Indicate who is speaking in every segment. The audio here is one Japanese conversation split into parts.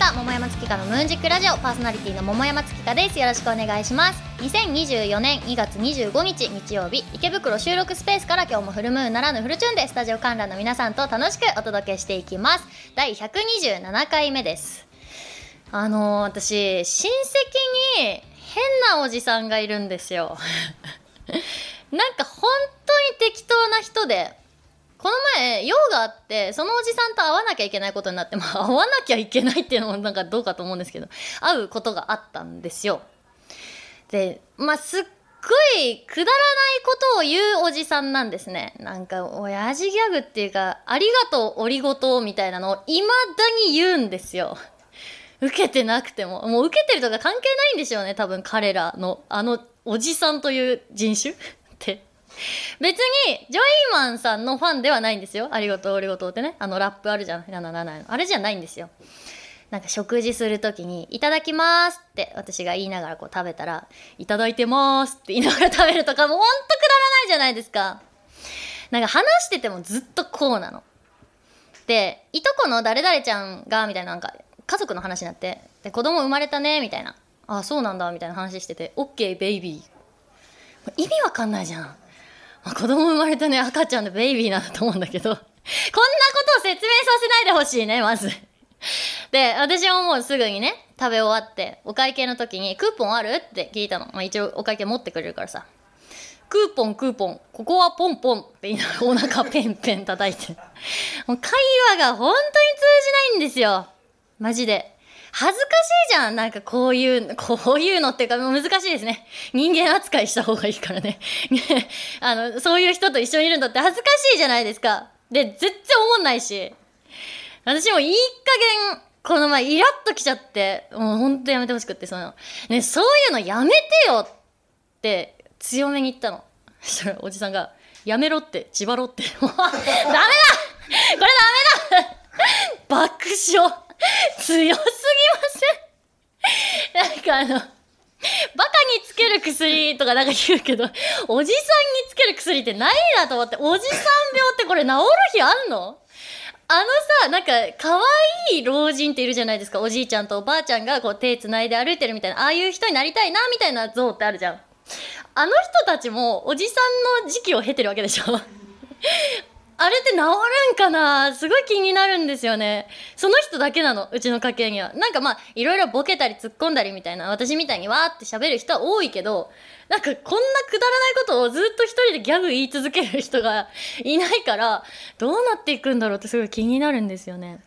Speaker 1: 月花のムーンジックラジオパーソナリティの桃山月花ですよろしくお願いします2024年2月25日日曜日池袋収録スペースから今日もフルムーンならぬフルチューンでスタジオ観覧の皆さんと楽しくお届けしていきます第127回目ですあのー私親戚に変なおじさんがいるんですよなんか本当に適当な人でこの前用があってそのおじさんと会わなきゃいけないことになって、まあ、会わなきゃいけないっていうのもなんかどうかと思うんですけど会うことがあったんですよ。でまあすっごいくだらないことを言うおじさんなんですねなんか親父ギャグっていうか「ありがとうオリゴ糖」みたいなのをいまだに言うんですよ。受けてなくてももう受けてるとか関係ないんでしょうね多分彼らのあのおじさんという人種って別にジョイマンさんのファンではないんですよありがとうありがとうってねあのラップあるじゃんななななあれじゃないんですよなんか食事するときに「いただきます」って私が言いながらこう食べたら「いただいてます」って言いながら食べるとかもうほんとくだらないじゃないですかなんか話しててもずっとこうなのでいとこの誰々ちゃんがみたいななんか家族の話になってで子供生まれたねみたいなあそうなんだみたいな話してて OK ベイビー意味わかんないじゃん、まあ子供生まれたね赤ちゃんでベイビーなんだと思うんだけどこんなことを説明させないでほしいねまずで私ももうすぐにね食べ終わってお会計の時にクーポンあるって聞いたの、まあ、一応お会計持ってくれるからさクーポンクーポンここはポンポンって言いながらお腹ペンペン叩いてもう会話が本当に通じないんですよマジで恥ずかしいじゃんなんかこういうこういうのっていうかもう難しいですね人間扱いした方がいいからね ねあのそういう人と一緒にいるのって恥ずかしいじゃないですかで絶対思んないし私もいい加減、この前イラッときちゃって、もうほんとやめてほしくって、その、ね、そういうのやめてよって強めに言ったの。そしたらおじさんが、やめろって、縛ろって。 もう、ダメだこれダメだ爆笑強すぎませんなんかあの、バカにつける薬とかなんか言うけど、おじさんにつける薬ってないなと思って、おじさん病ってこれ治る日あんのあのさ、なんか、可愛い老人っているじゃないですか。おじいちゃんとおばあちゃんがこう手繋いで歩いてるみたいな、ああいう人になりたいな、みたいな像ってあるじゃん。あの人たちもおじさんの時期を経てるわけでしょ。あれって治るんかなすごい気になるんですよね。その人だけなの、うちの家系には。なんかまあ、いろいろボケたり突っ込んだりみたいな、私みたいにわーって喋る人は多いけど、なんかこんなくだらないことをずっと一人でギャグ言い続ける人がいないから、どうなっていくんだろうってすごい気になるんですよね。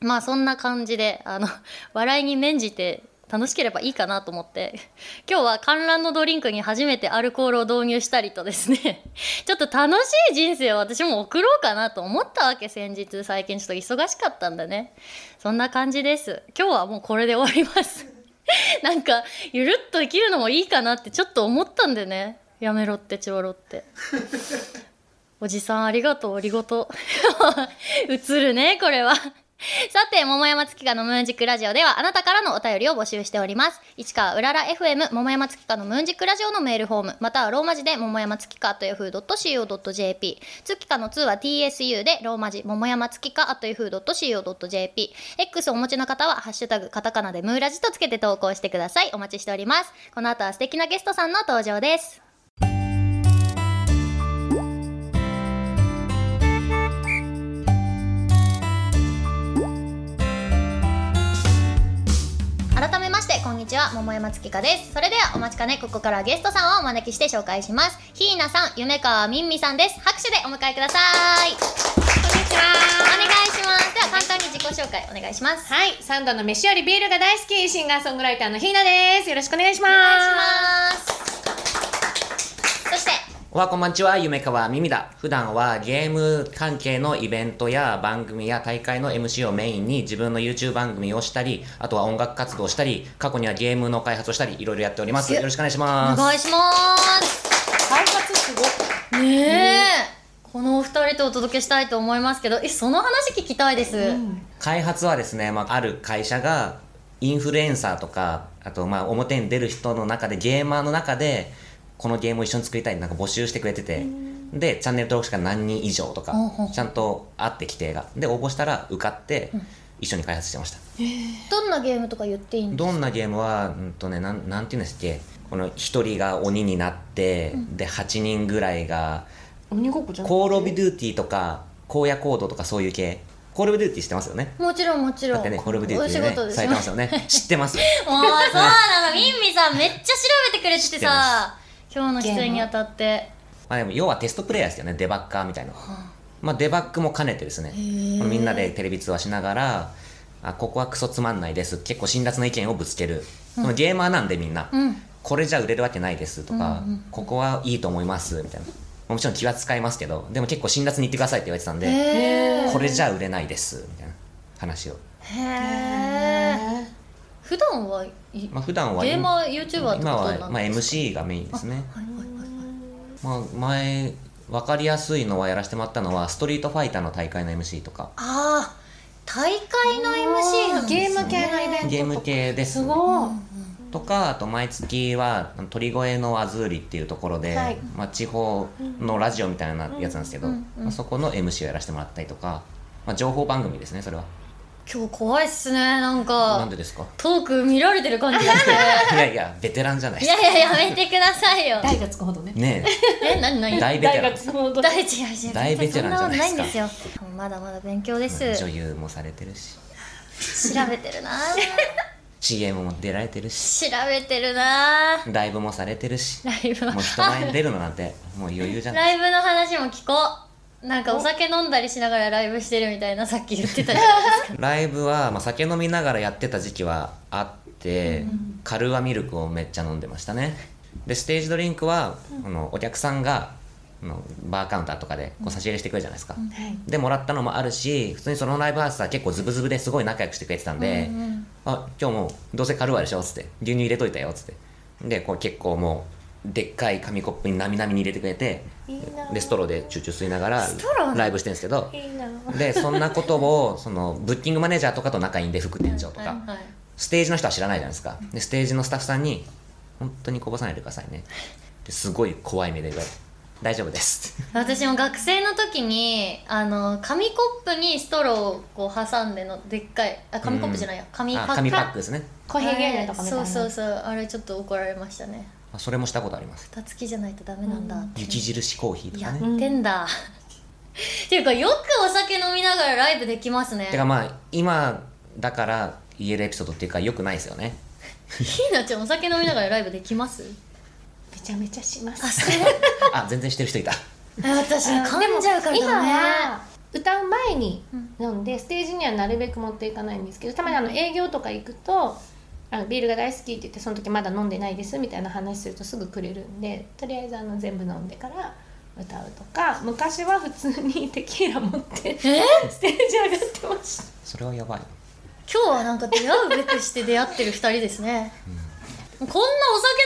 Speaker 1: まあそんな感じで、あの、 笑いに免じて楽しければいいかなと思って、 今日は観覧のドリンクに初めてアルコールを導入したりとですね、 ちょっと楽しい人生を私も送ろうかなと思ったわけ、先日。最近ちょっと忙しかったんだね。そんな感じです。今日はもうこれで終わります。 なんか、ゆるっと生きるのもいいかなってちょっと思ったんでね。やめろって、ちわろって。 おじさんありがとう、おりごと。 映るね、これは。 さて、桃山月花のムーンジックラジオでは、あなたからのお便りを募集しております。市川うらら FM、桃山月花のムーンジックラジオのメールフォーム、またはローマ字で、桃山月花と yahoo.co.jp。月花の2は tsu で、ローマ字、桃山月花と yahoo.co.jp。X をお持ちの方は、ハッシュタグ、カタカナでムーラジとつけて投稿してください。お待ちしております。この後は素敵なゲストさんの登場です。改めましてこんにちは桃山月香ですそれではお待ちかねここからゲストさんをお招きして紹介しますひいなさん夢川みんみさんです拍手でお迎えくださいこんにちはお願いしますでは簡単に自己紹介お願いします
Speaker 2: はい、サンドの飯よりビールが大好き、シンガーソングライターのひなです。よろしくお願いします。
Speaker 1: お願いしますそして
Speaker 3: おはこんばんちは、夢川みみだ。普段はゲーム関係のイベントや番組や大会の MC をメインに自分の YouTube 番組をしたり、あとは音楽活動をしたり、過去にはゲームの開発をしたり、いろいろやっております。よろしくお願いし
Speaker 1: お
Speaker 3: ます。
Speaker 1: 願いします
Speaker 2: 開発すご
Speaker 1: ねえこのお二人とお届けしたいと思いますけどえその話聞きたいです、
Speaker 3: 開発はですね、まあ、ある会社がインフルエンサーとか、あとまあ表に出る人の中で、ゲーマーの中で、このゲームを一緒に作りたいなんか募集してくれてて、で、チャンネル登録者が何人以上とか
Speaker 1: ほうほう、
Speaker 3: ちゃんとあって規定が。で、応募したら受かって、一緒に開発してました
Speaker 1: どんなゲームとか言っていいの
Speaker 3: どんなゲームはうんとねなんなんていうんですっけこの一人が鬼になって、で8人ぐらいが
Speaker 2: 鬼ごっこじゃん
Speaker 3: コール・オブ・デューティーとか荒野行動とかそういう系コール・オブ・デューティー知ってますよね
Speaker 1: もちろんもちろ
Speaker 3: だ
Speaker 1: ん
Speaker 3: ってねコール・オブ・デュ
Speaker 1: お
Speaker 3: ーテ
Speaker 1: 仕
Speaker 3: ィー
Speaker 1: 事
Speaker 3: ね
Speaker 1: で
Speaker 3: さ
Speaker 1: し
Speaker 3: れ
Speaker 1: ょ
Speaker 3: てますよね知って ます
Speaker 1: もうそうなのみんみさんめっちゃ調べてくれててさ 今日の出演にあたって
Speaker 3: まあでも要はテストプレイヤーですよねデバッカーみたいな、まあ、デバッグも兼ねてですねみんなでテレビ通話しながらあここはクソつまんないです結構辛辣な意見をぶつける、そのゲーマーなんでみんな、
Speaker 1: うん
Speaker 3: これじゃ売れるわけないですとか、ここはいいと思いますみたいなまあもちろん気は使いますけどでも結構辛辣に言ってくださいって言われてたんで、
Speaker 1: へ
Speaker 3: これじゃ売れないですみたいな話を、
Speaker 1: えへえ普段はい
Speaker 3: まあ普段は
Speaker 1: ゲーマー YouTuber ってことなんで
Speaker 3: 今
Speaker 1: す
Speaker 3: は
Speaker 1: か
Speaker 3: まあ MC がメインですね
Speaker 1: はいはいはい
Speaker 3: まあ、前分かりやすいのはやらせてもらったのはストリートファイターの大会の MC とか
Speaker 1: ああ大会の MC なんですね
Speaker 2: ゲーム系のイベントとか
Speaker 3: ゲーム系です
Speaker 2: すごい、
Speaker 3: とかあと毎月は鳥越のアズーリっていうところで、
Speaker 2: はい
Speaker 3: まあ、地方のラジオみたいなやつなんですけど、
Speaker 1: うんうんうん
Speaker 3: まあ、そこの MC をやらせてもらったりとか、まあ、情報番組ですねそれは
Speaker 1: 今日怖いっすねなん
Speaker 3: なん
Speaker 1: か
Speaker 3: でですか
Speaker 1: トーク見られてる感じがして
Speaker 3: いやいやベテランじゃな い
Speaker 1: い
Speaker 3: です
Speaker 1: や
Speaker 3: か
Speaker 1: いややめてくださいよ
Speaker 2: 大がつくほどね
Speaker 3: ね
Speaker 1: え何
Speaker 3: え
Speaker 1: 何
Speaker 3: 大ベテラン
Speaker 2: くほど
Speaker 1: 大違う違う
Speaker 3: 大ベテランじゃな
Speaker 1: そんなこと
Speaker 3: いですか
Speaker 1: ないんですよもうまだまだ勉強です
Speaker 3: 女優もされてるし
Speaker 1: 調べてるな
Speaker 3: CM も出られてるし
Speaker 1: 調べてるな
Speaker 3: ライブもされてるし
Speaker 1: ライブの
Speaker 3: もう人前に出るのなんてもう余裕じゃな
Speaker 1: ライ
Speaker 3: い
Speaker 1: ブの話も聞こうなんかお酒飲んだりしながらライブしてるみたいなさっき言ってたじゃないですか
Speaker 3: ライブは、まあ、酒飲みながらやってた時期はあって、カルーアミルクをめっちゃ飲んでましたねでステージドリンクは、あのお客さんがあのバーカウンターとかでこう差し入れしてくれるじゃないですか、
Speaker 2: はい
Speaker 3: でもらったのもあるし普通にそのライブハウスは結構ズブズブですごい仲良くしてくれてたんで「あ今日もうどうせカルーアでしょ」っつって「牛乳入れといたよ」っつってでこう結構もうでっかい紙コップになみなみに入れてくれてでストローでチューチュー吸いながら
Speaker 1: ロー
Speaker 3: ライブしてるんですけど
Speaker 2: いいな
Speaker 3: でそんなことをそのブッキングマネージャーとかと仲いいんで副店 長と
Speaker 1: はい
Speaker 3: か、
Speaker 1: はい
Speaker 3: ステージの人は知らないじゃないですかでステージのスタッフさんに「本当にこぼさないでくださいね」ですごい怖い目で言われて「大丈夫です」って
Speaker 1: 私も学生の時にあの紙コップにストローをこう挟んでのでっかいあ紙コップじゃないや、紙パ
Speaker 3: あ
Speaker 1: ック
Speaker 3: 紙パックですね
Speaker 2: コーヒーゲームとかみたい
Speaker 1: そ
Speaker 2: な
Speaker 1: うそうそうあれちょっと怒られましたね
Speaker 3: あそれもしたことあります
Speaker 1: 蓋付きじゃないとダメなんだ、
Speaker 2: うん
Speaker 3: 雪印コーヒーと
Speaker 1: や
Speaker 3: か
Speaker 1: っ
Speaker 3: ね
Speaker 1: てんだ、 っていうかよくお酒飲みながらライブできますね
Speaker 3: てかまあ今だから言えるエピソードっていうかよくないですよね
Speaker 1: ひーなちゃんお酒飲みながらライブできます
Speaker 2: めちゃめちゃします
Speaker 1: あそう
Speaker 3: あ全然してる人いた
Speaker 1: 私噛んじゃうから
Speaker 2: 今
Speaker 1: だね
Speaker 2: は歌う前に飲んでステージにはなるべく持っていかないんですけどたまにあの営業とか行くとあのビールが大好きって言ってその時まだ飲んでないですみたいな話するとすぐくれるんでとりあえずあの全部飲んでから歌うとか昔は普通にテキーラ 持ってス
Speaker 1: え
Speaker 2: テージ上がってました
Speaker 3: それはやばい
Speaker 1: 今日はなんか出会うべくして出会ってる二人です ね、こんなお酒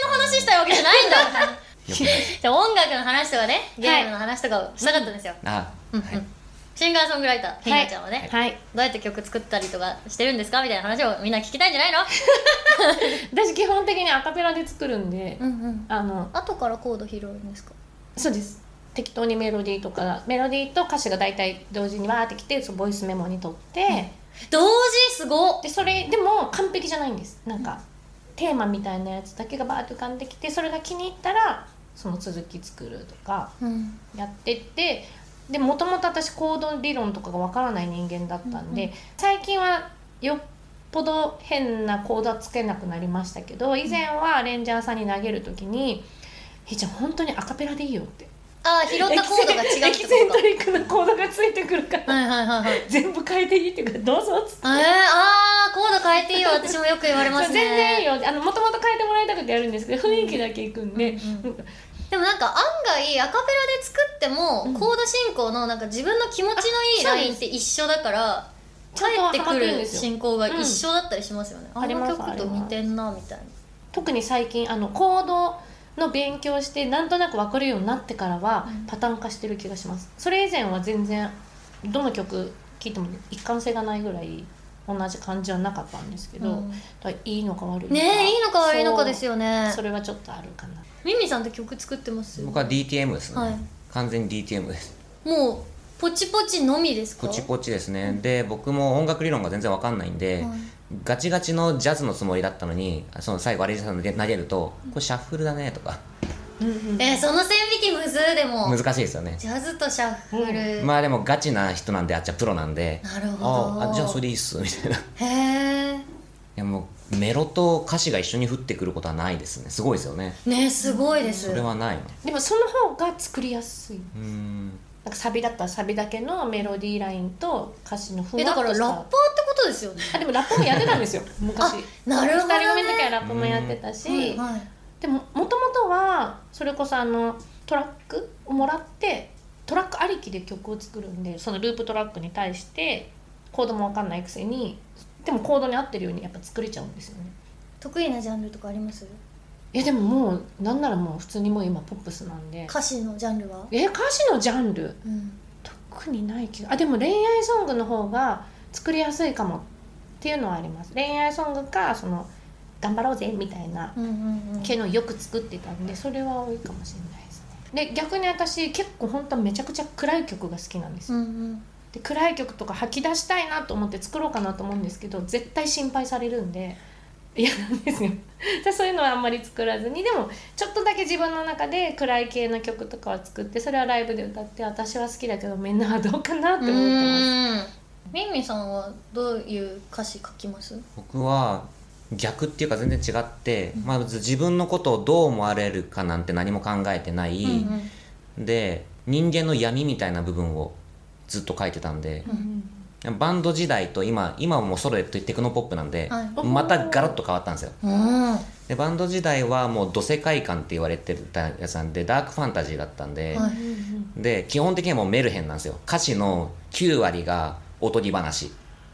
Speaker 1: の話したいわけじゃないんだ
Speaker 3: よ くない
Speaker 1: じゃあ音楽の話とかねゲームの話とかをしたかったんですよ、
Speaker 3: あ、
Speaker 1: うんうん
Speaker 3: はい
Speaker 1: シンガーソングライターひーなちゃんはね、
Speaker 2: はい
Speaker 1: どうやって曲作ったりとかしてるんですかみたいな話をみんな聞きたいんじゃないの
Speaker 2: 私基本的にアカペラで作るんで、
Speaker 1: うんうん
Speaker 2: あの
Speaker 1: 後からコード拾うんですか
Speaker 2: そうです適当にメロディーとかメロディーと歌詞が大体同時にわーってきてそのボイスメモに取って、
Speaker 1: 同時すごっ
Speaker 2: でそれでも完璧じゃないんですなんか、テーマみたいなやつだけがバーッと浮かんできてそれが気に入ったらその続き作るとか
Speaker 1: うん
Speaker 2: やってってでもともと私行動理論とかがわからない人間だったんで、
Speaker 1: うんうん
Speaker 2: 最近はよっぽど変なコードはつけなくなりましたけど以前はアレンジャーさんに投げる時に「ひーちゃん本当にアカペラでいいよ」って
Speaker 1: ああ拾ったコードが違う
Speaker 2: エ
Speaker 1: っ
Speaker 2: キ
Speaker 1: て
Speaker 2: セン
Speaker 1: こ
Speaker 2: ト
Speaker 1: と
Speaker 2: リックなコードがついてくるから
Speaker 1: かはいはいはいはい
Speaker 2: 全部変えていいっていうからどうぞっつって
Speaker 1: えー、あーコード変えていいよ私もよく言われますね
Speaker 2: 全然いいよあのもともと変えてもらいたくてやるんですけど雰囲気だけいくんで、
Speaker 1: うんでもなんか案外アカペラで作っても、
Speaker 2: うん
Speaker 1: コード進行のなんか自分の気持ちのいい
Speaker 2: あ
Speaker 1: ラインって一緒だから
Speaker 2: ちゃん
Speaker 1: 帰って
Speaker 2: とハ
Speaker 1: く
Speaker 2: マってるんで
Speaker 1: る
Speaker 2: すよ
Speaker 1: 進行が一緒だったりしますよね、
Speaker 2: うん
Speaker 1: あの
Speaker 2: あ
Speaker 1: 曲
Speaker 2: ります
Speaker 1: と似てんなみたいな
Speaker 2: 特に最近あの行動の勉強してなんとなく分かるようになってからは
Speaker 1: うん
Speaker 2: パターン化してる気がしますそれ以前は全然どの曲聴いても一貫性がないぐらい同じ感じはなかったんですけど、
Speaker 1: うん
Speaker 2: だからいいのか悪いのか
Speaker 1: ねえいいのか悪いのかですよね
Speaker 2: そうそれはちょっとあるかな
Speaker 1: ミミさんって曲作ってます
Speaker 3: 僕は DTM ですね、
Speaker 1: はい
Speaker 3: 完全に DTM です
Speaker 1: もうポチポチのみですか
Speaker 3: ポチポチですね、で僕も音楽理論が全然わかんないん
Speaker 1: は
Speaker 3: で、
Speaker 1: い
Speaker 3: ガチガチのジャズのつもりだったのにその最後アレンジさんの投げるとこれシャッフルだねとか
Speaker 1: えーその線引きむずーでも
Speaker 3: 難しいですよね
Speaker 1: ジャズとシャッフル、
Speaker 3: まあでもガチな人なんであっちゃプロなんで
Speaker 1: なるほど
Speaker 3: ああじゃあそれでいいっすみたいない
Speaker 1: へえ
Speaker 3: やもうメロと歌詞が一緒に降ってくることはないですねすごいですよね
Speaker 1: ねすごいです
Speaker 3: それはないの
Speaker 2: でもその方が作りやすいう
Speaker 3: ーん
Speaker 2: なんかサビだったらサビだけのメロディーラインと歌詞のふわ
Speaker 1: え
Speaker 2: っと
Speaker 1: だ
Speaker 2: した
Speaker 1: からラッパーってことですよね
Speaker 2: あでもラップもやってたんですよ 昔
Speaker 1: なるほどね
Speaker 2: 二人組の時はラップもやってたし、
Speaker 1: はいはい
Speaker 2: でももともとはそれこそあのトラックをもらってトラックありきで曲を作るんでそのループトラックに対してコードも分かんないくせにでもコードに合ってるようにやっぱ作れちゃうんですよね
Speaker 1: 得意なジャンルとかあります
Speaker 2: いやでももうなんならもう普通にもう今ポップスなんで
Speaker 1: 歌詞のジャンルは、
Speaker 2: え歌詞のジャンル
Speaker 1: うん、
Speaker 2: 特にない気があでも恋愛ソングの方が作りやすいかもっていうのはあります恋愛ソングかその頑張ろうぜみたいな
Speaker 1: うんうんうん
Speaker 2: 系のをよく作ってたんでそれは多いかもしれないですねで逆に私結構本当はめちゃくちゃ暗い曲が好きなんです
Speaker 1: う
Speaker 2: よ
Speaker 1: んうん
Speaker 2: で暗い曲とか吐き出したいなと思って作ろうかなと思うんですけど絶対心配されるんで嫌なんですよ でそういうのはあんまり作らずにでもちょっとだけ自分の中で暗い系の曲とかは作ってそれはライブで歌って私は好きだけどみんなはどうかなって思ってます
Speaker 1: うーんミンミンさんはどういう歌詞書きます
Speaker 3: 僕は逆っていうか全然違って、まあ、自分のことをどう思われるかなんて何も考えてない、
Speaker 1: うんうん
Speaker 3: で人間の闇みたいな部分をずっと書いてたんで、
Speaker 2: うん
Speaker 3: バンド時代と今今はもうソロでテクノポップなんで、
Speaker 1: はい
Speaker 3: またガラッと変わったんですよ
Speaker 1: うん
Speaker 3: でバンド時代はもう土世界観って言われてたやつなんでダークファンタジーだったんで、
Speaker 1: はい
Speaker 3: で基本的にはもうメルヘンなんですよ歌詞の9割がおとぎ話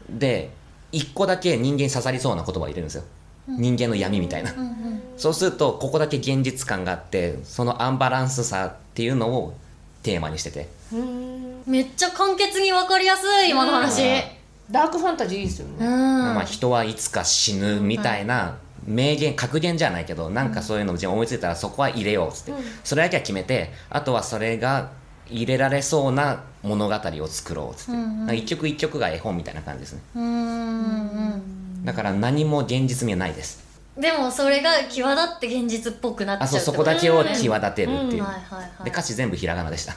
Speaker 3: で1個だけ人間に刺さりそうな言葉を入れるんですよ、人間の闇みたいな、
Speaker 1: うんうん
Speaker 3: そうするとここだけ現実感があってそのアンバランスさっていうのをテーマにしてて
Speaker 2: うん
Speaker 1: めっちゃ簡潔に分かりやすい今の話
Speaker 2: ダークファンタジーいいですよ
Speaker 1: う
Speaker 2: ね、
Speaker 1: ん
Speaker 3: まあ、人はいつか死ぬみたいな名言格言じゃないけどなんかそういうのを自分思いついたらそこは入れようっつって、それだけは決めてあとはそれが入れられそうな物語を作ろうっつって、
Speaker 1: うんうん
Speaker 3: なんか一曲一曲が絵本みたいな感じですね
Speaker 1: うんうんうん
Speaker 3: だから何も現実味はないです
Speaker 1: でもそれが際立って現実っぽくなっちゃ
Speaker 3: あ
Speaker 1: う
Speaker 3: そ
Speaker 1: っ
Speaker 3: う
Speaker 1: て
Speaker 3: そ
Speaker 1: こと
Speaker 3: こだけを際立てるっていう、
Speaker 2: うん
Speaker 1: はいはいは
Speaker 3: で
Speaker 1: い
Speaker 3: 歌詞全部ひらがなでした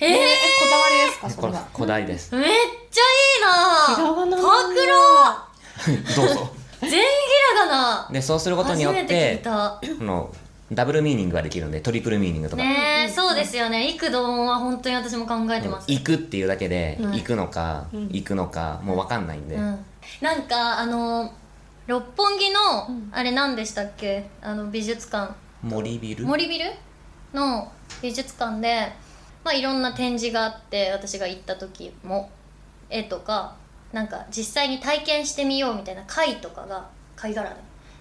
Speaker 1: え
Speaker 2: え
Speaker 1: ー、
Speaker 2: こだわりですかそ
Speaker 3: こ
Speaker 2: れ
Speaker 3: れ
Speaker 2: は
Speaker 3: こだわり です、
Speaker 1: めっちゃいいな
Speaker 2: ひらがななんだ
Speaker 1: パクロ
Speaker 3: どうぞ
Speaker 1: 全員ひらがな
Speaker 3: でそうすること
Speaker 1: 初
Speaker 3: によっ
Speaker 1: め
Speaker 3: て
Speaker 1: て聞いた
Speaker 3: このダブルミーニングができるんでトリプルミーニングとか、
Speaker 1: ねえそうですよね幾度音は本当に私も考えてます
Speaker 3: 行くっていうだけで、
Speaker 1: うん
Speaker 3: 行くのか、
Speaker 2: うん
Speaker 3: 行くのかもう分かんないんで、
Speaker 1: うん、なんかあの六本木の、
Speaker 2: うん
Speaker 1: あれ何でしたっけあの美術館
Speaker 3: 森ビル
Speaker 1: 森ビルの美術館で、まあ、いろんな展示があって私が行った時も絵とかなんか実際に体験してみようみたいな貝とかが貝殻で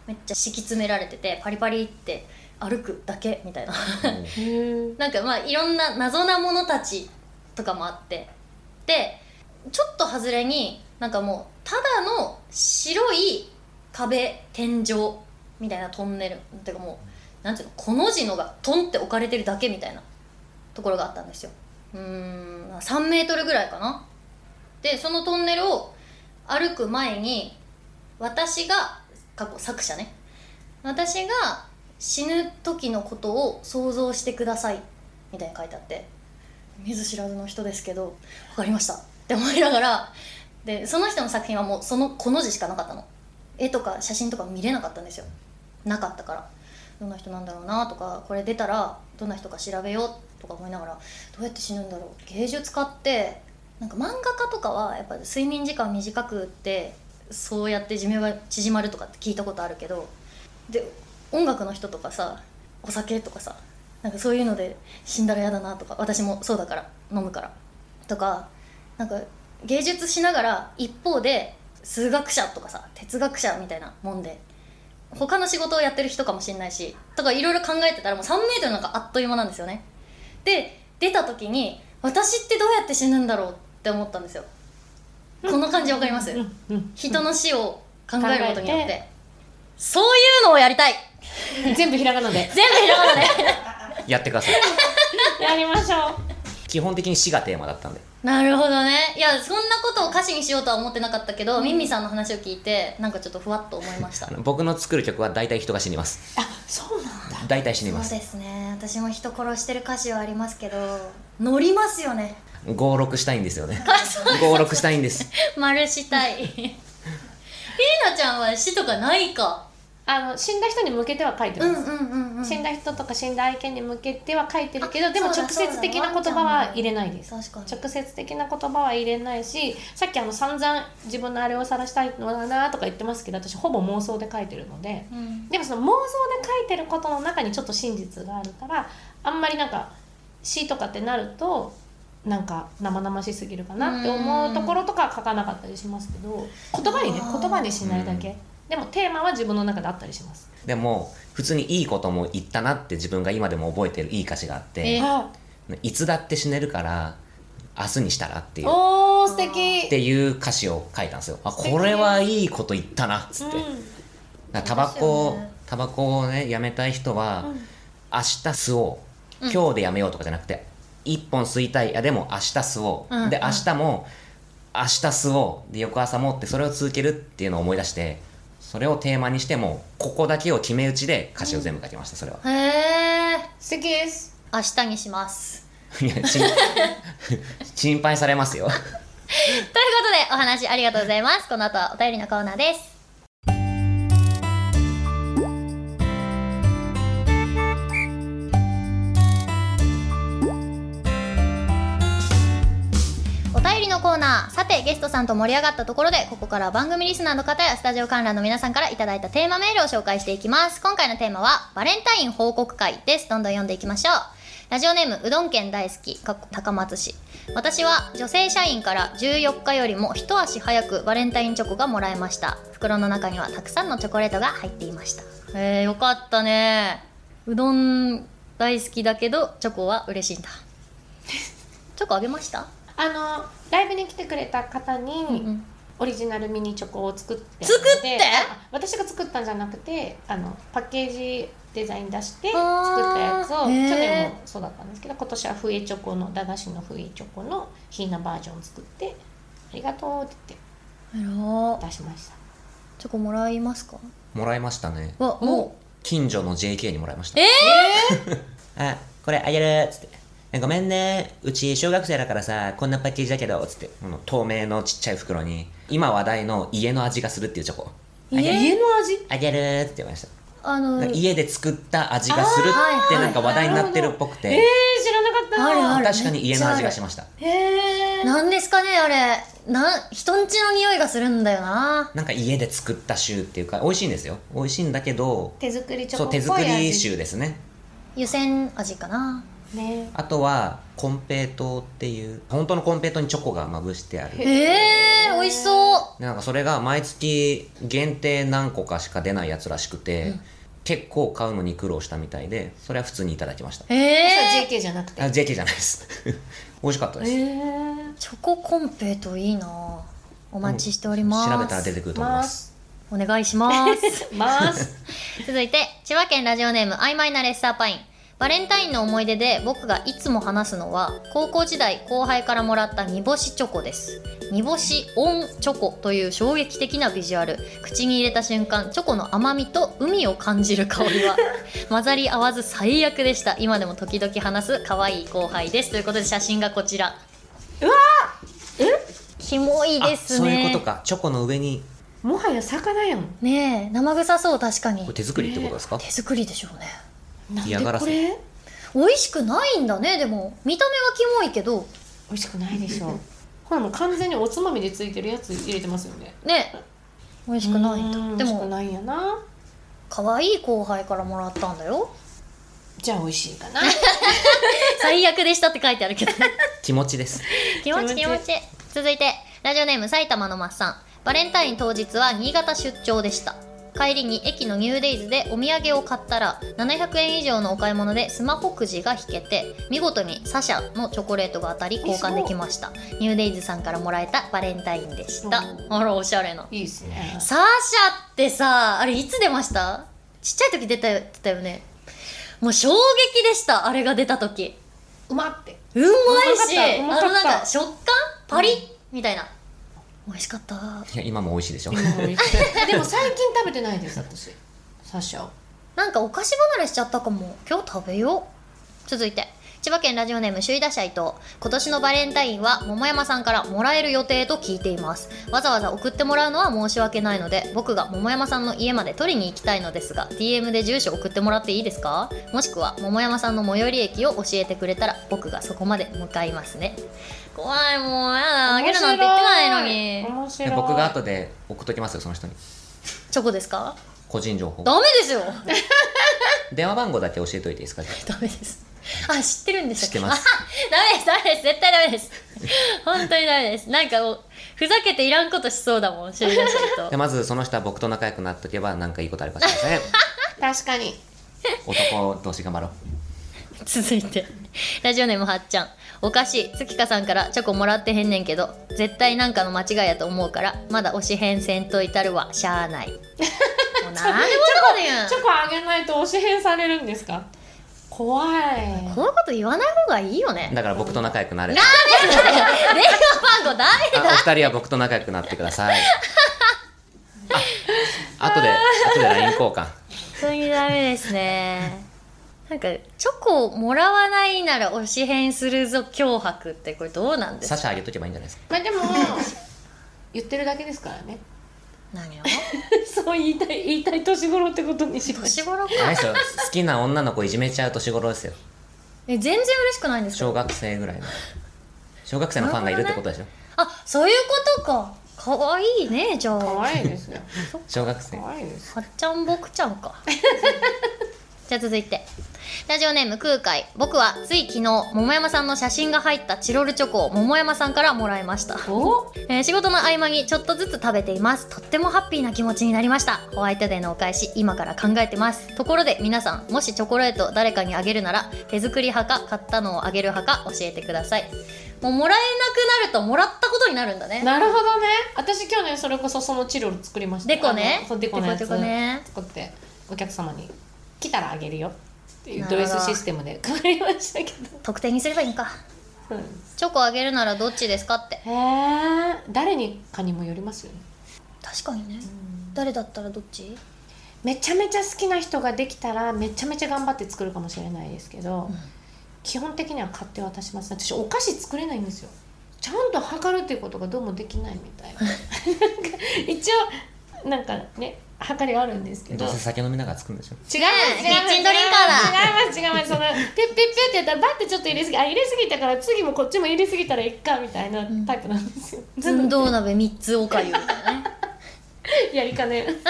Speaker 1: めっちゃ敷き詰められててパリパリって歩くだけみたいな
Speaker 2: へえ
Speaker 1: なんかまあいろんな謎なものたちとかもあってでちょっと外れになんかもうただの白い壁天井みたいなトンネルっていうかもうなんていうのこの字のがトンって置かれてるだけみたいなところがあったんですようーん3メートルぐらいかなでそのトンネルを歩く前に私が過去作者ね私が死ぬ時のことを想像してくださいみたいに書いてあって見ず知らずの人ですけど分かりましたって思いながらでその人の作品はもうそのこの字しかなかったの絵とか写真とか見れなかったんですよなかったからどんな人なんだろうなとかこれ出たらどんな人か調べようとか思いながらどうやって死ぬんだろう芸術家ってなんか漫画家とかはやっぱり睡眠時間短くってそうやって寿命が縮まるとかって聞いたことあるけどで音楽の人とかさお酒とかさなんかそういうので死んだら嫌だなとか私もそうだから飲むからとかなんか芸術しながら一方で数学者とかさ哲学者みたいなもんで他の仕事をやってる人かもしれないしとかいろいろ考えてたらもう3メートルなんかあっという間なんですよねで出た時に私ってどうやって死ぬんだろうって思ったんですよこの感じわかります
Speaker 2: うんうん
Speaker 1: 人の死を考えることによっ
Speaker 2: 考え
Speaker 1: てそういうのをやりたい
Speaker 2: 全部ひらがなで
Speaker 1: 全部ひらがなで
Speaker 3: やってください
Speaker 2: やりましょう。
Speaker 3: 基本的に詩がテーマだったんで
Speaker 1: なるほどねいやそんなことを歌詞にしようとは思ってなかったけど、ミミさんの話を聞いてなんかちょっとふわっと思いました
Speaker 3: あの僕の作る曲は大体人が死にます
Speaker 2: あそうなんだ
Speaker 3: 大体死に
Speaker 1: そう
Speaker 3: ま
Speaker 1: ですすね私も人殺してる歌詞はありますけど乗りますよね
Speaker 3: 56したいんですよね56したいんです
Speaker 1: 丸した いひなちゃんは死とかないか
Speaker 2: あの死んだ人に向けては書いて
Speaker 1: う
Speaker 2: ま
Speaker 1: ん
Speaker 2: す、
Speaker 1: うんうんうん
Speaker 2: 死んだ人とか死んだ愛犬に向けては書いてるけど
Speaker 1: あ
Speaker 2: でも
Speaker 1: そうだ
Speaker 2: 直接的な言葉は入れないです
Speaker 1: 確かに
Speaker 2: 直接的な言葉は入れないしさっきあの散々自分のあれを晒したいのだなとか言ってますけど私ほぼ妄想で書いてるので
Speaker 1: うん
Speaker 2: でもその妄想で書いてることの中にちょっと真実があるからあんまりなんか詩とかってなるとなんか生々しすぎるかなって思うところとかは書かなかったりしますけど言葉にね
Speaker 1: あー
Speaker 2: 言葉にしないだけでもテーマは自分の中であったりします
Speaker 3: でも普通にいいことも言ったなって自分が今でも覚えてるいい歌詞があって
Speaker 1: え
Speaker 2: あ
Speaker 3: いつだって死ねるから明日にしたらっていうっ
Speaker 2: おー素敵
Speaker 3: ていう歌詞を書いたんですよあこれはいいこと言ったなっつって、だからタバコを
Speaker 1: そうですよね
Speaker 3: タバコをねやめたい人は、
Speaker 2: うんうん
Speaker 3: 明日吸おう今日でやめようとかじゃなくて、一本吸いたいいやでも明日吸おう、
Speaker 1: うん
Speaker 3: で
Speaker 1: うん
Speaker 3: 明日も明日吸おうで翌朝もってそれを続けるっていうのを思い出してそれをテーマにしてもここだけを決め打ちで歌詞を全部書きましたそれは。
Speaker 1: へえ
Speaker 2: 素敵です
Speaker 1: 明日にします
Speaker 3: いや心 心配されますよ
Speaker 1: ということでお話ありがとうございますこの後はお便りのコーナーですお便りのコーナーさてゲストさんと盛り上がったところでここからは番組リスナーの方やスタジオ観覧の皆さんからいただいたテーマメールを紹介していきます今回のテーマはバレンタイン報告会ですどんどん読んでいきましょうラジオネームうどん県大好きかっこ高松市私は女性社員から14日よりも一足早くバレンタインチョコがもらえました袋の中にはたくさんのチョコレートが入っていましたえー、よかったねうどん大好きだけどチョコは嬉しいんだチョコあげました、
Speaker 2: あのライブに来てくれた方に、
Speaker 1: うん
Speaker 2: オリジナルミニチョコを作って
Speaker 1: 作って
Speaker 2: であ私が作ったんじゃなくてあのパッケージデザイン出して作
Speaker 1: あー
Speaker 2: ったやつを去
Speaker 1: へー
Speaker 2: 年もそうだったんですけど今年は笛チョコの駄菓子の笛チョコのひーなバージョン作って「ありがとう」って言
Speaker 1: あら
Speaker 2: って出しました
Speaker 1: チョコもらいますか
Speaker 3: もらいましたね
Speaker 1: わも
Speaker 3: 近所の JK にもらいました
Speaker 1: え
Speaker 3: あこれあげるっつってごめんねうち小学生だからさこんなパッケージだけどっつってこの透明のちっちゃい袋に今話題の家の味がするっていうチョコ
Speaker 1: うえ
Speaker 2: 家の味
Speaker 3: あげるって言われました、
Speaker 1: あの
Speaker 3: なんか家で作った味がするって
Speaker 1: あー
Speaker 3: なんか話題になってるっぽくて、
Speaker 2: えー、知ら
Speaker 1: ある
Speaker 2: な
Speaker 1: あ
Speaker 2: かっ
Speaker 1: る
Speaker 3: 確かに家の味がしました
Speaker 2: たへえ
Speaker 1: なんですかねあれなん人んちの匂いがするんだよな
Speaker 3: なんか家で作ったシューっていうか美味しいんですよ美味しいんだけど
Speaker 2: 手作りチョ
Speaker 3: そ
Speaker 2: コ
Speaker 3: う
Speaker 2: っぽい味
Speaker 3: 手作りシューですね
Speaker 1: 湯煎味かな
Speaker 2: ね
Speaker 3: あとはコンペイトーっていう本当のコンペイトーにチョコがまぶしてあるで
Speaker 1: えー、美味しそう
Speaker 3: なんかそれが毎月限定何個かしか出ないやつらしくて、結構買うのに苦労したみたいでそれは普通にいただきました
Speaker 1: ええ
Speaker 2: それ JK じゃなくて
Speaker 3: あ JK じゃないです 美味しかったです、
Speaker 2: へえ
Speaker 1: チョココンペイといいなお待ちしております
Speaker 3: 調べたら出てくると思い
Speaker 2: ま
Speaker 3: ます
Speaker 2: す
Speaker 1: お願いします
Speaker 2: ます
Speaker 1: 続いて千葉県ラジオネーム曖昧なレッサーパインバレンタインの思い出で僕がいつも話すのは高校時代後輩からもらった煮干しチョコです煮干しオンチョコという衝撃的なビジュアル口に入れた瞬間チョコの甘みと海を感じる香り は混ざり合わず最悪でした今でも時々話す可愛い後輩ですということで写真がこちら
Speaker 2: うわ
Speaker 1: キモい
Speaker 3: あ
Speaker 1: ですね
Speaker 3: そういうことかチョコの上に
Speaker 2: もはや魚やん
Speaker 1: ねえ生臭そう確かに
Speaker 3: これ手作りってことですか、
Speaker 1: 手作りでしょうね
Speaker 2: なん
Speaker 3: 嫌
Speaker 2: で
Speaker 3: がらせ
Speaker 2: これ
Speaker 1: 美味しくないんだねでも見た目はキモいけど
Speaker 2: 美味しくないでし ょほらもう完全におつまみでついてるやつ入れてますよね
Speaker 1: ね美味しくないん
Speaker 2: うー
Speaker 1: だ
Speaker 2: ん
Speaker 1: で
Speaker 2: 美味しく
Speaker 1: も
Speaker 2: ないんやな
Speaker 1: 可愛い後輩からもらったんだ よ
Speaker 2: じゃあ美味 しいかな
Speaker 1: 最悪でしたって書いてあるけど
Speaker 3: 気持ちです
Speaker 1: 気持ち気
Speaker 2: 気
Speaker 1: 持
Speaker 2: 持
Speaker 1: ち続いてラジオネーム埼玉のマッサンバレンタイン当日は新潟出張でした帰りに駅のニューデイズでお土産を買ったら700円以上のお買い物でスマホくじが引けて見事にサシャのチョコレートが当たり交換できましたニューデイズさんからもらえたバレンタインでした
Speaker 2: うん
Speaker 1: あらおしゃれない
Speaker 2: いですね
Speaker 1: サーシャってさあれいつ出ましたちっちゃい時出たよ出たよねもう衝撃でしたあれが出た時
Speaker 2: うまって
Speaker 1: うまいし
Speaker 2: うま
Speaker 1: あ
Speaker 2: かったう
Speaker 1: の
Speaker 2: まか
Speaker 1: な
Speaker 2: っ
Speaker 1: ん
Speaker 2: た
Speaker 1: か食感パリッみたいな美味しかった
Speaker 3: いや今も美味しいでし ょ
Speaker 2: でも最近食べてないです私サシャを
Speaker 1: なんかお菓子離れしちゃったかも今日食べよう続いて千葉県ラジオネーム首位打者伊藤今年のバレンタインは桃山さんからもらえる予定と聞いていますわざわざ送ってもらうのは申し訳ないので僕が桃山さんの家まで取りに行きたいのですが DM で住所送ってもらっていいですかもしくは桃山さんの最寄り駅を教えてくれたら僕がそこまで向かいますね怖いもうやだあげるなんて言ってないのに
Speaker 2: 面白い
Speaker 3: 僕が後で送っときますよその人に
Speaker 1: チョコですか
Speaker 3: 個人情報
Speaker 1: ダメです よ
Speaker 3: 電話番号だけ教えといていいですかじゃあ
Speaker 1: ダメですあ知ってるんでしたっけ
Speaker 3: 知ってます
Speaker 1: ダメです、ダメです、絶対ダメ です。本当にダメです。なんかもう、ふざけていらんことしそうだもん、知りました
Speaker 3: で
Speaker 1: と。
Speaker 3: まずその人は僕と仲良くなっとけばなんかいいことあるかもしれません
Speaker 2: 確かに
Speaker 3: 男同士頑張ろう
Speaker 1: 続いて、ラジオネームはっちゃん。おかしい、月香さんからチョコもらってへんねんけど、絶対なんかの間違いやと思うから、まだ推し変せんといたるわ、しゃあない。もうなんでこんなこと言
Speaker 2: チョコあげないと推し変されるんですか怖い
Speaker 1: うんこういうこと言わない方がいいよね。
Speaker 3: だから僕と仲良くなれ
Speaker 1: ダメ です電話番号ダメ
Speaker 3: あお二人は僕と仲良くなってくださいあ後で後で LINE 交換
Speaker 1: 本当にダメですねなんかチョコをもらわないなら推し変するぞ脅迫ってこれどうなんです
Speaker 3: サ
Speaker 1: か
Speaker 3: シャあげとけばいいんじゃないですか
Speaker 2: まあで も言ってるだけですからね
Speaker 1: 何を
Speaker 2: そう言いたい言いたい年頃ってことにしま
Speaker 1: 年
Speaker 2: しょ
Speaker 1: 頃か
Speaker 3: あれですよ好きな女の子いじめちゃう年頃ですよ
Speaker 1: え全然嬉しくないんです
Speaker 3: 小
Speaker 1: か
Speaker 3: 学生ぐらいの小学生のファンがいるってことでしょ
Speaker 1: あそういうことか可愛いねじゃ
Speaker 2: う可
Speaker 1: あ
Speaker 2: 愛いですよ
Speaker 3: 小学生
Speaker 2: 可愛いです
Speaker 1: はっちゃんぼくちゃんかじゃあ続いてラジオネーム空海僕はつい昨日桃山さんの写真が入ったチロルチョコを桃山さんからもらいました
Speaker 2: お
Speaker 1: えー仕事の合間にちょっとずつ食べていますとってもハッピーな気持ちになりましたホワイトデーのお返し今から考えてますところで皆さんもしチョコレートを誰かにあげるなら手作り派か買ったのをあげる派か教えてくださいもうもらえなくなるともらったことになるんだね
Speaker 2: なるほどね私去年それこそそのチロル作りました
Speaker 1: デコね
Speaker 2: あのそうデコのやつ
Speaker 1: デコデコね
Speaker 2: 作ってお客様に来たらあげるよっていう
Speaker 1: な
Speaker 2: ド
Speaker 1: るほ
Speaker 2: レ
Speaker 1: ど
Speaker 2: スシステムで変わりましたけど
Speaker 1: 特典にすればいいんか
Speaker 2: そうです
Speaker 1: チョコあげるならどっちですかって
Speaker 2: へえ誰にかにもよりますよね
Speaker 1: 確かにね誰だったらどっち
Speaker 2: めちゃめちゃ好きな人ができたらめちゃめちゃ頑張って作るかもしれないですけど、基本的には買って渡します私お菓子作れないんですよちゃんと測るっていうことがどうもできないみたい ななんか一応なんかね測りはあるんですけど
Speaker 3: どうせ酒飲みながら作るんでしょ
Speaker 2: 違う
Speaker 1: キッチンドリンカ
Speaker 2: ーだ違います違いますそのピュッピュッピュッってやったらバッてちょっと入れすぎあ入れすぎたから次もこっちも入れすぎたらいっかみたいなタイプなんですよ、
Speaker 1: 寸胴鍋3つおか ゆみたいなね
Speaker 2: やりかねる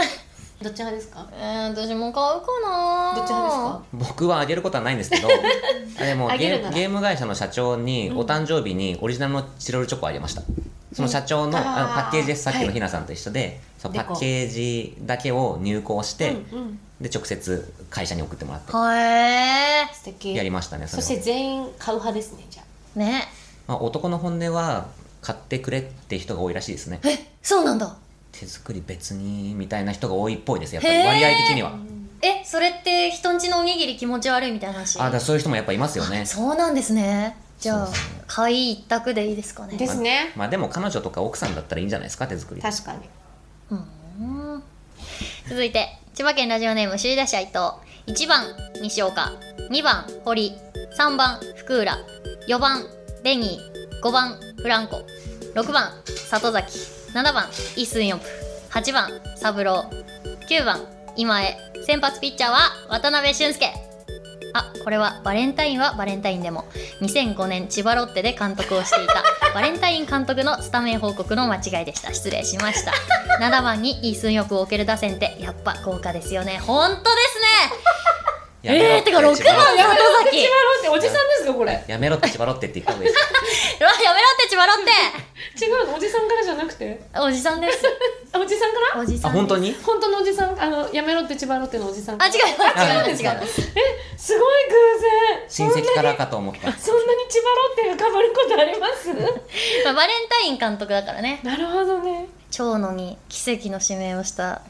Speaker 2: どっち派ですか
Speaker 1: えー、私も買うかな
Speaker 2: どっち派ですか
Speaker 3: 僕はあげることはないんですけどあでも
Speaker 2: あげ
Speaker 3: ゲ
Speaker 2: るな
Speaker 3: ー
Speaker 2: ら
Speaker 3: ゲーム会社の社長にお誕生日にオリジナルのチロルチョコをあげましたその社長の,、
Speaker 2: うん
Speaker 3: あの
Speaker 2: あー
Speaker 3: パッケージですさっき
Speaker 2: は
Speaker 3: の
Speaker 2: い
Speaker 3: ひなさんと一緒で、その
Speaker 2: で
Speaker 3: パ
Speaker 2: こう
Speaker 3: ッケージだけを入稿して、
Speaker 2: うんうん
Speaker 3: で直接会社に送ってもらって
Speaker 1: はえ
Speaker 2: 素敵
Speaker 3: やりましたねそ
Speaker 2: そ
Speaker 3: れを
Speaker 2: して全員買う派ですねじゃあ
Speaker 1: ー、ね
Speaker 3: まあ、男の本音は買ってくれって人が多いらしいですね
Speaker 1: そうなんだ
Speaker 3: 手作り別にみたいな人が多いっぽいですやっぱり割合的には
Speaker 1: えそれって人んちのおにぎり気持ち悪いみたいな話
Speaker 3: あだからそういう人もやっぱいますよね
Speaker 1: そうなんですねじゃあ
Speaker 3: そうです
Speaker 1: 買い一択でいいですかね
Speaker 2: ですね
Speaker 3: まあでも彼女とか奥さんだったらいいんじゃないですか手作り
Speaker 2: 確かに
Speaker 1: うん続いて千葉県ラジオネーム首位打者伊藤1番西岡2番堀3番福浦4番レニー5番フランコ6番里崎7番イ・スンヨプ8番三郎9番今江先発ピッチャーは渡辺俊介あこれはバレンタインはバレンタインでも2005年千葉ロッテで監督をしてい たバレンタイン監督のスタメン報告の間違いでした失礼しました7番にイ・スンヨプを置ける打線ってやっぱ豪華ですよね本当です
Speaker 3: や
Speaker 1: ね
Speaker 3: めろ
Speaker 1: えー、てか6番里
Speaker 3: 千葉ロッテ
Speaker 1: 崎
Speaker 2: 千葉ロッテおじさんですかこれ
Speaker 3: やめろって千葉ロッテって言った方がいいです
Speaker 1: うわやめろって千葉ロッ
Speaker 2: 違うのおじさんからじゃなくて
Speaker 1: テおじさんです
Speaker 2: あおじさんから
Speaker 1: おじさ
Speaker 3: あ
Speaker 1: んです
Speaker 3: 本当に
Speaker 2: 本当のおじさんあのやめろって千葉ロッテのおじさん
Speaker 1: あ違う違う違う違う
Speaker 3: あ
Speaker 2: えすごい偶然
Speaker 3: 親戚からかと思った
Speaker 2: そんなにそんなに千葉ロッテがかぶることあります
Speaker 1: まあバレンタイン監督だからね
Speaker 2: なるほどね
Speaker 1: 長野に奇跡の指名をした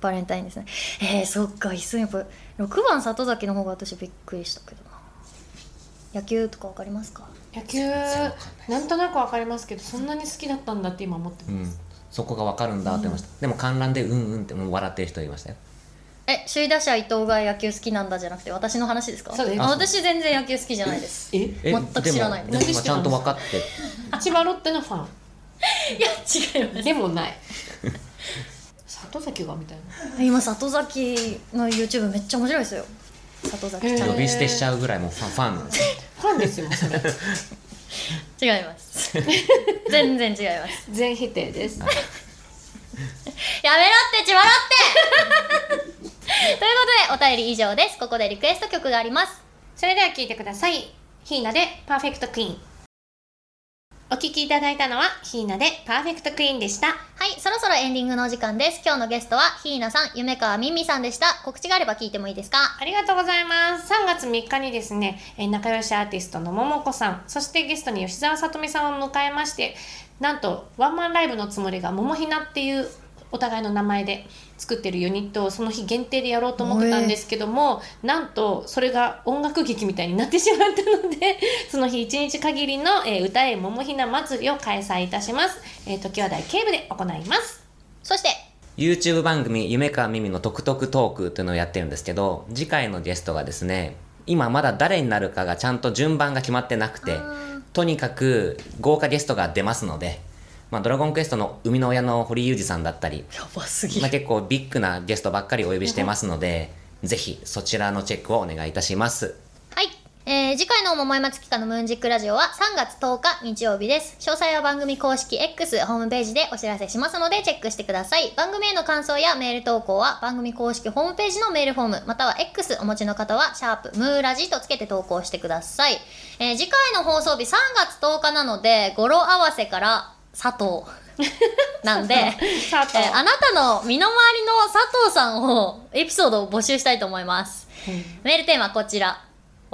Speaker 1: バレンタインですねえー、そっかイ・スンヨプ6番里崎の方が私びっくりしたけどな野球とかわかりますか
Speaker 2: 野球なんとなくわかりますけどそんなに好きだったんだって今思って
Speaker 3: う
Speaker 2: ます、
Speaker 3: ん、そこが分かるんだって思いました、でも観覧でうんうんってもう笑ってる人いましたよ
Speaker 1: え首位打者伊藤が野球好きなんだじゃなくて私の話ですか
Speaker 2: そうです
Speaker 1: あ私全然野球好きじゃない です
Speaker 2: え
Speaker 3: え
Speaker 1: 全く知らない
Speaker 3: で
Speaker 2: な
Speaker 3: も
Speaker 2: んで
Speaker 3: で
Speaker 2: 知
Speaker 3: も
Speaker 2: って
Speaker 3: ち
Speaker 2: た
Speaker 3: ゃ
Speaker 2: ん
Speaker 3: ん
Speaker 2: で
Speaker 3: と
Speaker 2: すか
Speaker 3: 分かって
Speaker 2: 千葉ロッテのファ
Speaker 1: いや違い
Speaker 2: ンでもない里崎がみたいな
Speaker 1: 今里崎の YouTube めっちゃ面白いですよ里崎ちゃん、
Speaker 2: へ
Speaker 3: 呼び捨てしちゃうぐらいもうファンファンなんですよ
Speaker 2: ファンですよそれ
Speaker 1: 違います 全然違います
Speaker 2: 全否定です
Speaker 1: やめろって千葉ロッテ ということでお便り以上ですここでリクエスト曲があります
Speaker 2: それでは聞いてくださいひーなでパーフェクトクイーンお聞きいただいたのはひーなでパーフェクトクイーンでした
Speaker 1: はいそろそろエンディングのお時間です今日のゲストはひーなさん夢川みんみさんでした告知があれば聞いてもいいですか
Speaker 2: ありがとうございます。3月3日にですね、えー仲良しアーティストのももこさん、そしてゲストに吉澤さとみさんを迎えまして、なんとワンマンライブのつもりがももひなっていうお互いの名前で作ってるユニットをその日限定でやろうと思ってたんですけども、なんとそれが音楽劇みたいになってしまったので、 その日1日限りの、えー歌えももひな祭りを開催いたします。えー、時話台警部で行います。
Speaker 1: そして
Speaker 3: YouTube 番組「夢か耳のトクトクトーク」というのをやってるんですけど次回のゲストがですね今まだ誰になるかがちゃんと順番が決まってなくてとにかく豪華ゲストが出ますので「まあ、ドラゴンクエスト」の生みの親の堀裕二さんだったり、
Speaker 1: やばす
Speaker 3: まあ、結構ビッグなゲストばっかりお呼びしてますのでぜひそちらのチェックをお願いいたします
Speaker 1: はい。えー次回の桃山月花のムーンジックラジオは3月10日日曜日です。詳細は番組公式 X ホームページでお知らせしますのでチェックしてください。番組への感想やメール投稿は番組公式ホームページのメールフォームまたは X お持ちの方はシャープムーラジとつけて投稿してください。えー次回の放送日3月10日なので語呂合わせから佐藤なんで、
Speaker 2: さ
Speaker 1: えーあなたの身の回りの佐藤さんをエピソードを募集したいと思います。メールテーマこちら。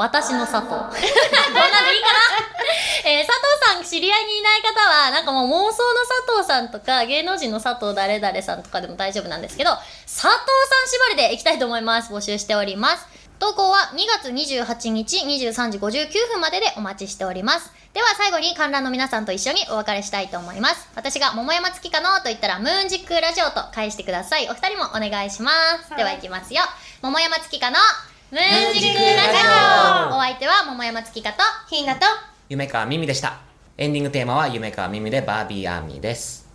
Speaker 1: 私の佐藤。こんなんでいいかな えー佐藤さん知り合いにいない方は、なんかもう妄想の佐藤さんとか、芸能人の佐藤誰々さんとかでも大丈夫なんですけど、佐藤さん縛りでいきたいと思います。募集しております。投稿は2月28日23時59分まででお待ちしております。では最後に観覧の皆さんと一緒にお別れしたいと思います。私が桃山月かのと言ったら、ムーンジックラジオと返してください。お二人もお願いします。
Speaker 2: はい
Speaker 1: ではいきますよ。桃山月かのムーン
Speaker 2: ムーンジ
Speaker 1: ジ
Speaker 2: ッ
Speaker 1: ッ
Speaker 2: ク
Speaker 1: ク
Speaker 2: ラ
Speaker 1: ラ
Speaker 2: ジ
Speaker 1: ジ
Speaker 2: オ
Speaker 1: オお相手は桃山月香と
Speaker 2: ひーなと
Speaker 3: 夢か耳でしたエンディングテーマは「夢か耳でバービーアーミー」です